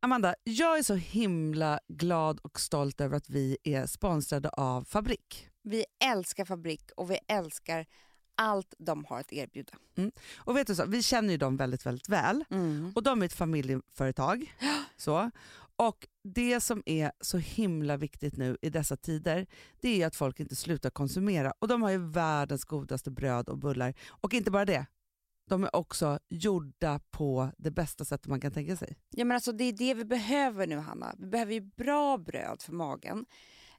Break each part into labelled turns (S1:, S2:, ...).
S1: Amanda, jag är så himla glad och stolt över att vi är sponsrade av Fabrik.
S2: Vi älskar Fabrik och vi älskar allt de har att erbjuda.
S1: Och vet du så, vi känner ju dem väldigt, väldigt väl.
S2: Mm.
S1: Och de är ett familjeföretag. så. Och det som är så himla viktigt nu i dessa tider, det är ju att folk inte slutar konsumera. Och de har ju världens godaste bröd och bullar. Och inte bara det, de är också gjorda på det bästa sättet man kan tänka sig.
S2: Ja, men alltså, det är det vi behöver nu, Hanna. Vi behöver ju bra bröd för magen.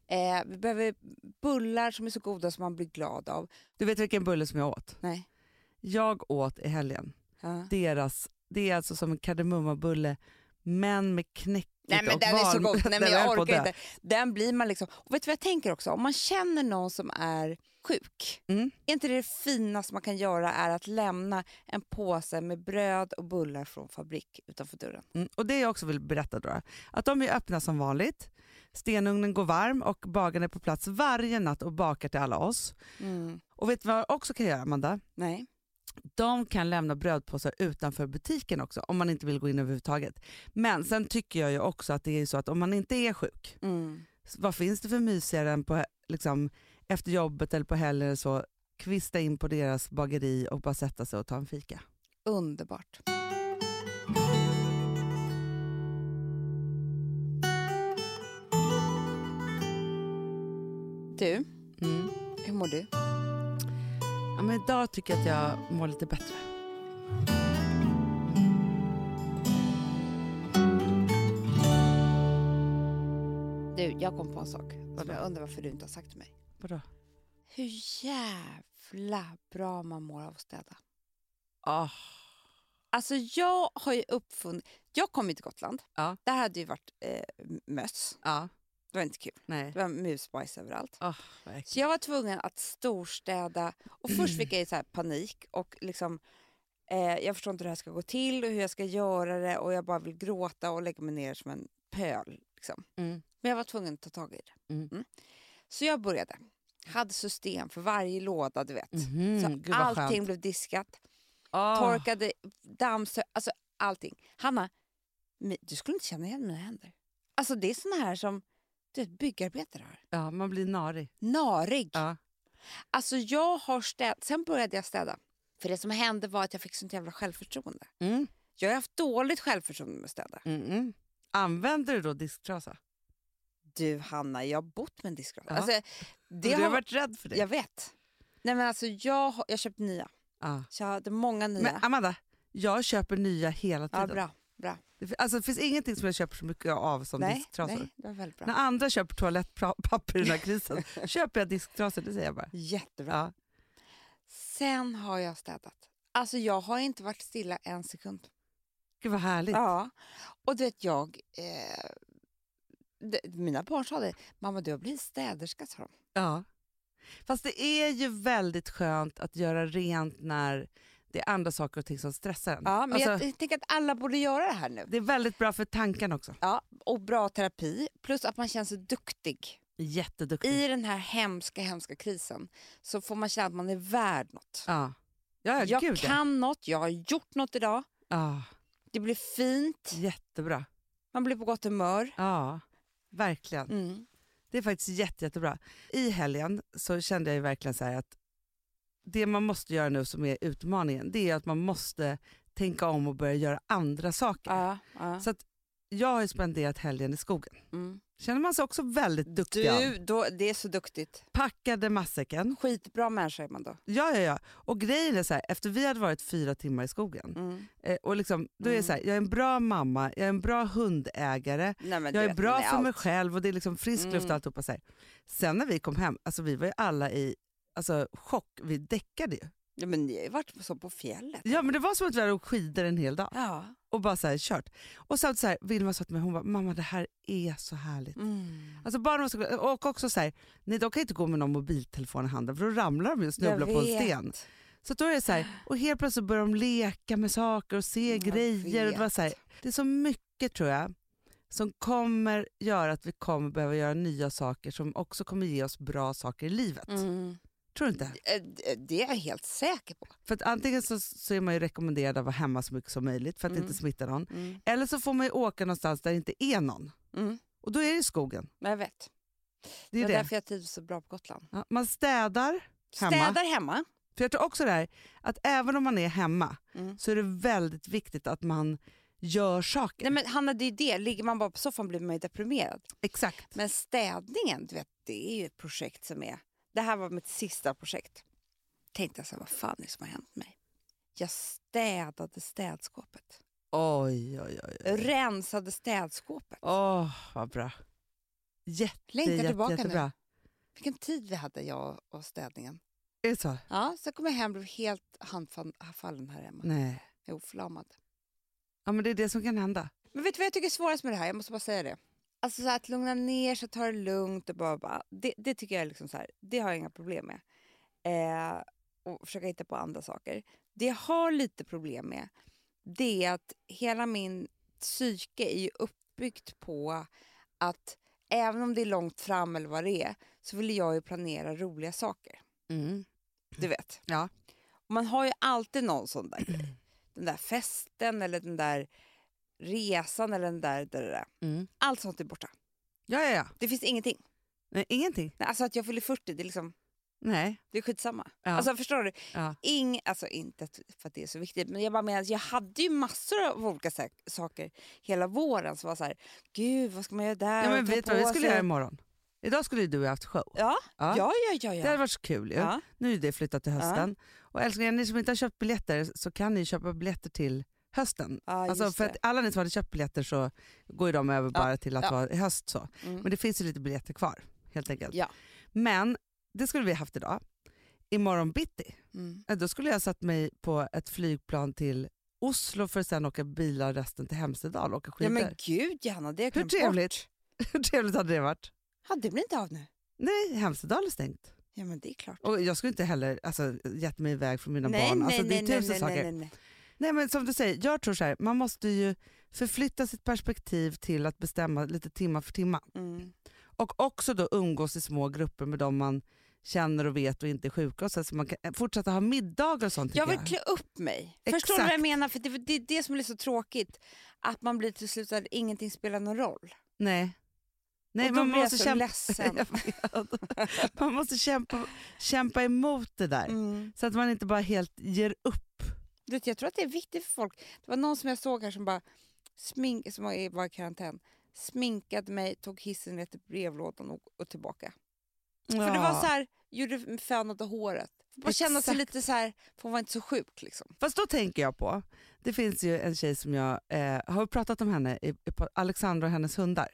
S2: Eh, vi behöver bullar som är så goda som man blir glad av.
S1: Du vet vilken bulle som jag åt?
S2: Nej.
S1: Jag åt i helgen
S2: Ja.
S1: deras, det är alltså som en kardemummabulle, men med knäckigt
S2: Nej men
S1: och
S2: den är så
S1: valnöt.
S2: god, nej men
S1: Den
S2: jag
S1: höll på att
S2: orkar
S1: dö.
S2: inte. Den blir man liksom, och vet du vad jag tänker också? Om man känner någon som är sjuk,
S1: Mm.
S2: är inte det finaste man kan göra är att lämna en påse med bröd och bullar från fabrik utanför dörren?
S1: Mm. Och det jag också vill berätta då, att de är öppna som vanligt. Stenugnen går varm och bagaren är på plats varje natt och bakar till alla oss. Och vet du vad jag också kan göra Amanda?
S2: Nej.
S1: De kan lämna brödpåsar utanför butiken också om man inte vill gå in överhuvudtaget. Men sen tycker jag ju också att det är ju så att om man inte är sjuk, vad finns det för mysigare än på, liksom, efter jobbet eller på helger eller så, kvista in på deras bageri och bara sätta sig och ta en fika.
S2: Underbart. Du,
S1: Mm.
S2: hur mår du?
S1: Ja, men idag tycker jag att jag mår lite bättre.
S2: Du, jag kom på en sak som
S1: Vadå?
S2: jag undrar varför du inte har sagt till mig.
S1: Vadå?
S2: Hur jävla bra man mår av att städa.
S1: Ah,
S2: Alltså jag har ju uppfunnit... Jag kom ju till Gotland.
S1: Ja.
S2: Det här hade ju varit eh, möss.
S1: ja,
S2: Det var inte kul.
S1: nej.
S2: Det var musbajs överallt.
S1: Ah, vad äckligt.
S2: Så jag var tvungen att storstäda. Och först fick jag ju så här panik och liksom... Eh, jag förstår inte hur det här ska gå till och hur jag ska göra det och jag bara vill gråta och lägga mig ner som en pöl. Liksom.
S1: Mm.
S2: Men jag var tvungen att ta tag i det.
S1: Mm.
S2: Så jag började. Hade system för varje låda, du vet.
S1: Mhm,
S2: så
S1: gud vad
S2: allting
S1: skönt.
S2: blev diskat.
S1: Ah,
S2: torkade, dammsög, alltså allting. Hanna, mi- du skulle inte känna igen mina händer. Alltså det är såna här som du vet, byggarbetare har.
S1: Ja, man blir narig.
S2: Narig.
S1: Ja.
S2: Alltså jag har städat, sen började jag städa. För det som hände var att jag fick sånt jävla självförtroende.
S1: Mm.
S2: Jag har haft dåligt självförtroende med att städa.
S1: Mm -mm. Använder du då disktrasa?
S2: Du Hanna, jag har bott med en diskrata.
S1: Ja.
S2: Alltså,
S1: Det
S2: det
S1: du har
S2: har,
S1: varit rädd för det?
S2: jag vet. Nej men alltså jag har jag köpt nya.
S1: Ah.
S2: Så jag hade många nya.
S1: Men Amanda, jag köper nya hela
S2: ja,
S1: tiden.
S2: bra, bra.
S1: Det, fi- alltså, det finns ingenting som jag köper så mycket av som
S2: Nej,
S1: disktrasor.
S2: nej, det var väldigt bra.
S1: När andra köper toalettpapper i den här krisen köper jag disktrasor, det säger jag bara. Ja.
S2: Jättebra. Sen har jag städat. Alltså jag har inte varit stilla en sekund.
S1: Gud vad härligt.
S2: Ja. Och du vet jag, eh, d- mina barn sa det, mamma du har blivit städerska sa de.
S1: Ja. Fast det är ju väldigt skönt att göra rent när det är andra saker och ting som stressar en.
S2: Ja, men
S1: alltså,
S2: jag, jag tänker att alla borde göra det här nu.
S1: Det är väldigt bra för tankarna också.
S2: Ja, och bra terapi, plus att man känns duktig.
S1: Jätteduktig.
S2: I den här hemska, hemska krisen så får man känna att man är värd något.
S1: Ja. Ja,
S2: jag
S1: gud ja.
S2: kan något, jag har gjort något idag,
S1: ja.
S2: det blir fint,
S1: Jättebra.
S2: man blir på gott humör.
S1: Ja, verkligen.
S2: Mm.
S1: Det är faktiskt jätte, jättebra. I helgen så kände jag ju verkligen så här att det man måste göra nu som är utmaningen, det är att man måste tänka om och börja göra andra saker.
S2: Ja, ja.
S1: Så att jag har ju spenderat helgen i skogen.
S2: Mm.
S1: Känner man sig också väldigt duktig av.
S2: Du, då, det är så duktigt.
S1: Packade matsäcken.
S2: Skitbra människa är man då.
S1: Ja, ja, ja. Och grejen är så här, efter vi hade varit fyra timmar i skogen,
S2: Mm.
S1: eh, och liksom, då är det
S2: Mm.
S1: så här, jag är en bra mamma, jag är en bra hundägare,
S2: Nej, men du
S1: Jag är
S2: vet,
S1: bra
S2: man
S1: för mig
S2: allt.
S1: själv och det är liksom frisk luft och
S2: Mm.
S1: alltihopa. Så här. Sen när vi kom hem, alltså vi var ju alla i alltså, chock, vi däckade ju.
S2: Ja, men ni har ju varit så på fjället.
S1: Ja men det var som att vi hade åkt skidor en hel dag
S2: Ja.
S1: och bara så här, kört. Och sen så här, Vilma sa till mig, hon bara, mamma det här är så härligt.
S2: Mm.
S1: Alltså barnen var så glada. och också så här, nej de kan inte gå med någon mobiltelefon i handen för då ramlar de ju och snubblar på en
S2: vet.
S1: sten. Så att då är det så här, och helt plötsligt börjar de leka med saker och se
S2: Jag
S1: grejer. Och det, var
S2: vet.
S1: så här, det är så mycket tror jag som kommer göra att vi kommer behöva göra nya saker som också kommer ge oss bra saker i livet.
S2: Mm.
S1: Tror du inte?
S2: Eh, d- Det är jag helt säker på.
S1: För att antingen så, så är man ju rekommenderad att vara hemma så mycket som möjligt för att
S2: Mm.
S1: inte smitta någon.
S2: Mm.
S1: Eller så får man ju åka någonstans där det inte är någon.
S2: Mm.
S1: Och då är det i skogen.
S2: Men jag vet.
S1: Det
S2: Det
S1: är
S2: är
S1: det.
S2: därför jag trivs så bra på Gotland.
S1: Ja, man städar. Hemma.
S2: Städar hemma.
S1: För jag tror också det här, att även om man är hemma
S2: Mm.
S1: så är det väldigt viktigt att man gör saker.
S2: Nej, men Hanna, det är ju det. Ligger man bara på soffan blir man ju deprimerad.
S1: Exakt.
S2: Men städningen, du vet, det är ju ett projekt som är... Det här var mitt sista projekt. Tänkte jag så här, vad fan är det som har hänt mig? Jag städade städskåpet.
S1: Oj, oj, oj. oj.
S2: Rensade städskåpet.
S1: Åh, vad bra. Jätte,
S2: Längtar
S1: jätte,
S2: tillbaka nu.
S1: jättebra.
S2: Vilken tid vi hade, jag och städningen.
S1: Är det så?
S2: Ja, sen kom jag hem och blev helt handfallen här hemma.
S1: Nej.
S2: Jag är oförlamad.
S1: Ja, men det är det som kan hända.
S2: Men vet du vad jag tycker är svårast med det här? Jag måste bara säga det. Alltså så här, att lugna ner sig, ta det lugnt och bara, bara det, det tycker jag är liksom så här, det har jag inga problem med. Eh, och försöka hitta på andra saker. Det jag har lite problem med, det är att hela min psyke är ju uppbyggt på att även om det är långt fram eller vad det är, så vill jag ju planera roliga saker. Mm, Du vet.
S1: Ja.
S2: Man har ju alltid någon sån där grej. Den där festen eller den där resan eller den där, där, där, där.
S1: Mm.
S2: Allt sånt är borta.
S1: Ja, ja, ja.
S2: Det finns ingenting.
S1: Nej, ingenting.
S2: Nej, alltså att jag fyller 40, det är, liksom,
S1: Nej.
S2: det är skitsamma.
S1: Ja.
S2: Alltså förstår du?
S1: ja.
S2: Ing, alltså inte att- för att det är så viktigt, men jag bara menar att jag hade ju massor av olika sak- saker hela våren som var så här, gud vad ska man göra där?
S1: ja men
S2: Och ta
S1: vet du vad vi
S2: på
S1: skulle
S2: sig?"
S1: göra imorgon? Idag skulle ju du ha haft show.
S2: Ja, ja, ja, ja.
S1: Det hade
S2: ja.
S1: varit så kul ju.
S2: ja.
S1: Nu är det flyttat till
S2: Ja.
S1: hösten. Och älsklingar, ni som inte har köpt biljetter så kan ni köpa biljetter till hösten.
S2: ja
S1: alltså
S2: just
S1: för att
S2: det.
S1: alla ni som hade köpt biljetter så går ju de över
S2: Ja,
S1: bara till att
S2: ja.
S1: vara i höst så.
S2: Mm.
S1: Men det finns ju lite biljetter kvar helt enkelt.
S2: Ja.
S1: Men det skulle vi haft idag. Imorgon bitti,
S2: Mm.
S1: eh, då skulle jag satt mig på ett flygplan till Oslo för att sen åka bilar resten till Hemsedal och åka
S2: ja
S1: skidor.
S2: men gud Johanna, det har jag
S1: Hur
S2: glömt bort.
S1: trevligt? Hur trevligt hade det varit?
S2: Ja, det blir inte av nu.
S1: Nej, Hemsedal är stängt.
S2: Ja men det är klart.
S1: Och jag skulle inte heller alltså, gett mig iväg från mina barn. Alltså, det är tusen
S2: nej,
S1: saker.
S2: nej, nej, nej.
S1: Nej men som du säger, jag tror så här, man måste ju förflytta sitt perspektiv till att bestämma lite timma för timma.
S2: Mm.
S1: Och också då umgås i små grupper med de man känner och vet och inte är sjuka och så, så man kan eh, fortsätta ha middagar och sånt. tycker
S2: Jag vill klä upp mig. Förstår du vad
S1: Exakt.
S2: jag menar? För det är det, är det som blir så tråkigt. Att man blir till slut att ingenting spelar någon roll.
S1: Nej. Nej,
S2: och då
S1: man
S2: blir jag
S1: måste,
S2: så
S1: kämpa,
S2: ledsen.
S1: man måste kämpa, kämpa emot det där.
S2: Mm.
S1: Så att man inte bara helt ger upp.
S2: Du vet, jag tror att det är viktigt för folk. Det var någon som jag såg här som bara smink, som var- var i karantän. Sminkade mig, tog hissen ner till brevlådan och, och tillbaka. För det var så här, gjorde fönade håret. Man känner sig
S1: Exakt.
S2: lite så här, för hon var inte så sjuk liksom.
S1: Fast då tänker jag på, det finns ju en tjej som jag eh, har pratat om henne, i, i, på Alexandra och hennes hundar.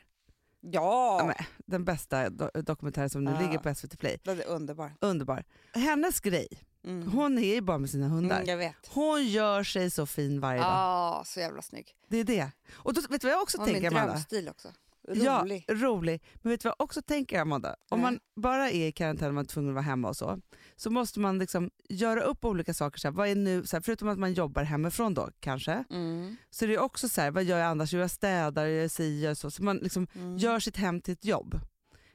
S1: Ja,
S2: Ja,
S1: men- Den bästa do dokumentären som nu
S2: Ah.
S1: ligger på SVT Play.
S2: det är underbart.
S1: Underbar. Hennes grej,
S2: Mm.
S1: hon är ju bara med sina hundar.
S2: Mm, jag vet.
S1: Hon gör sig så fin varje dag.
S2: Ja, så jävla snygg.
S1: Det är det. Och då, vet du vad jag också
S2: Hon har min
S1: tänker Amanda?
S2: drömstil också.
S1: Ja,
S2: Rolig.
S1: rolig. Men vet du vad jag också tänker Amanda? Om
S2: Nej.
S1: man bara är i karantän och man är tvungen att vara hemma och så, så måste man liksom göra upp olika saker. Så här, vad är nu, så här, förutom att man jobbar hemifrån då kanske,
S2: Mm.
S1: så är det ju också så här, vad gör jag annars? Jo, jag städar, jag gör si, jag gör så. Så man liksom
S2: Mm.
S1: gör sitt hem till ett jobb.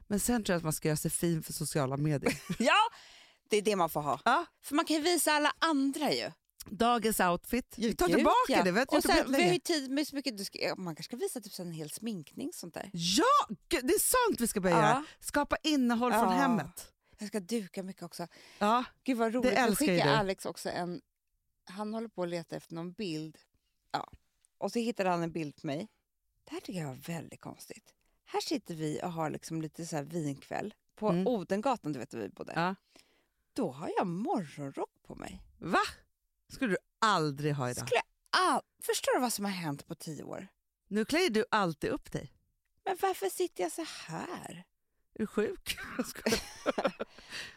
S1: Men sen tror jag att man ska göra sig fin för sociala medier.
S2: Ja, det är det man får ha.
S1: Ja.
S2: För man kan ju visa alla andra ju.
S1: Dagens outfit. Vi tar
S2: Gud,
S1: tillbaka
S2: ja.
S1: det, vi har inte
S2: och
S1: gjort det på
S2: sen, Vi har ju
S1: jättelänge.
S2: tid med så mycket. Du ska, ja, man kanske ska visa typ så en hel sminkning sånt där.
S1: Ja, gud, det är sånt vi ska börja göra. Skapa innehåll från
S2: Ja.
S1: hemmet.
S2: Jag ska duka mycket också.
S1: Ja.
S2: Gud vad roligt.
S1: älskar
S2: Jag
S1: ju
S2: skickar
S1: du.
S2: Alex också en... Han håller på att leta efter någon bild. Ja. Och så hittade han en bild på mig. Det här tycker jag var väldigt konstigt. Här sitter vi och har liksom lite så här vinkväll på
S1: Mm.
S2: Odengatan, du vet där vi bodde.
S1: Ja.
S2: Då har jag morgonrock på mig.
S1: Va? skulle du aldrig ha idag.
S2: Skulle jag all... Förstår du vad som har hänt på tio år?
S1: Nu klär ju du alltid upp dig.
S2: Men varför sitter jag så här?
S1: Är du sjuk? Jag skojar.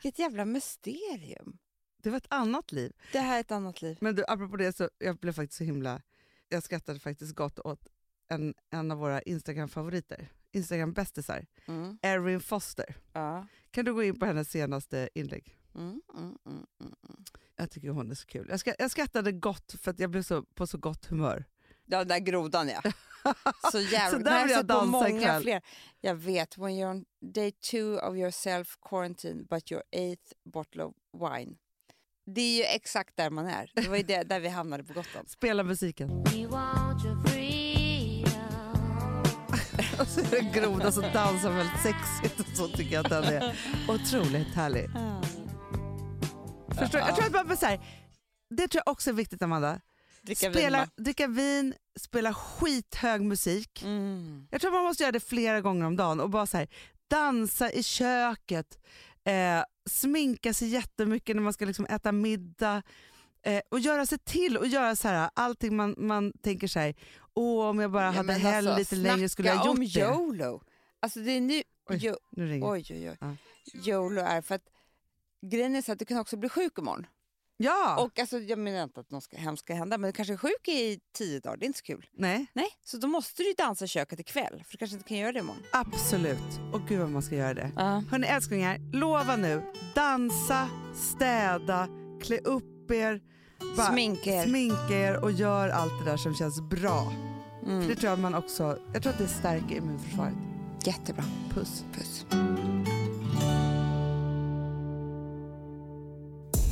S2: Vilket jävla mysterium.
S1: det var ett annat liv.
S2: Det här är ett annat liv.
S1: Men du, apropå det så jag blev faktiskt så himla... Jag skrattade faktiskt gott åt en, en av våra Instagram-favoriter. Instagram-bästisar.
S2: Mm.
S1: Erin Foster.
S2: Ja.
S1: Kan du gå in på hennes senaste inlägg?
S2: Mm, mm, mm, mm.
S1: Jag tycker hon är så kul. Jag, ska, jag skrattade gott för att jag blev så, på så gott humör.
S2: Ja, Den där grodan ja. Så jävla...
S1: Så
S2: Nej,
S1: där vill
S2: jag
S1: jag
S2: har sett på
S1: dansa
S2: många
S1: ikväll.
S2: fler. Jag vet, when you're on day two of your self quarantine but your eighth bottle of wine. Det är ju exakt där man är. Det var ju det, där vi hamnade på Gotland.
S1: Spela musiken.
S3: We want your freedom.
S1: Och så är det en groda som dansar väldigt sexigt och så tycker jag att den är otroligt härlig. Förstår du? Jag tror att man blir så här, det tror jag också är viktigt Amanda.
S2: Dricka vin,
S1: Spela,
S2: va?
S1: dricka vin, spela skithög musik.
S2: Mm.
S1: Jag tror man måste göra det flera gånger om dagen och bara så här, dansa i köket, eh, sminka sig jättemycket när man ska liksom äta middag eh, och göra sig till och göra så här, allting man, man tänker så här, åh om jag bara
S2: Ja,
S1: hade
S2: men
S1: hällt
S2: alltså,
S1: lite längre skulle jag ha
S2: snacka
S1: gjort
S2: om
S1: det.
S2: YOLO. Alltså det är nu...
S1: Oj.
S2: Jo,
S1: Nu ringer
S2: oj, oj, oj.
S1: Ja.
S2: YOLO är för att grejen är så att du kan också bli sjuk imorgon.
S1: Ja,
S2: Och alltså, jag menar inte att något ska, hemskt ska hända, men du kanske är sjuk i tio dagar, det är inte så kul.
S1: nej,
S2: Nej, så då måste du ju dansa i köket ikväll, för du kanske inte kan göra det imorgon.
S1: absolut. Och gud vad man ska göra det.
S2: Ja.
S1: Hörni älsklingar, lova nu. Dansa, städa, klä upp er. bara
S2: Sminka er.
S1: Sminka er och gör allt det där som känns bra. För
S2: Mm.
S1: Det tror jag man också, jag tror att det stärker immunförsvaret.
S2: Jättebra.
S1: Puss.
S2: Puss.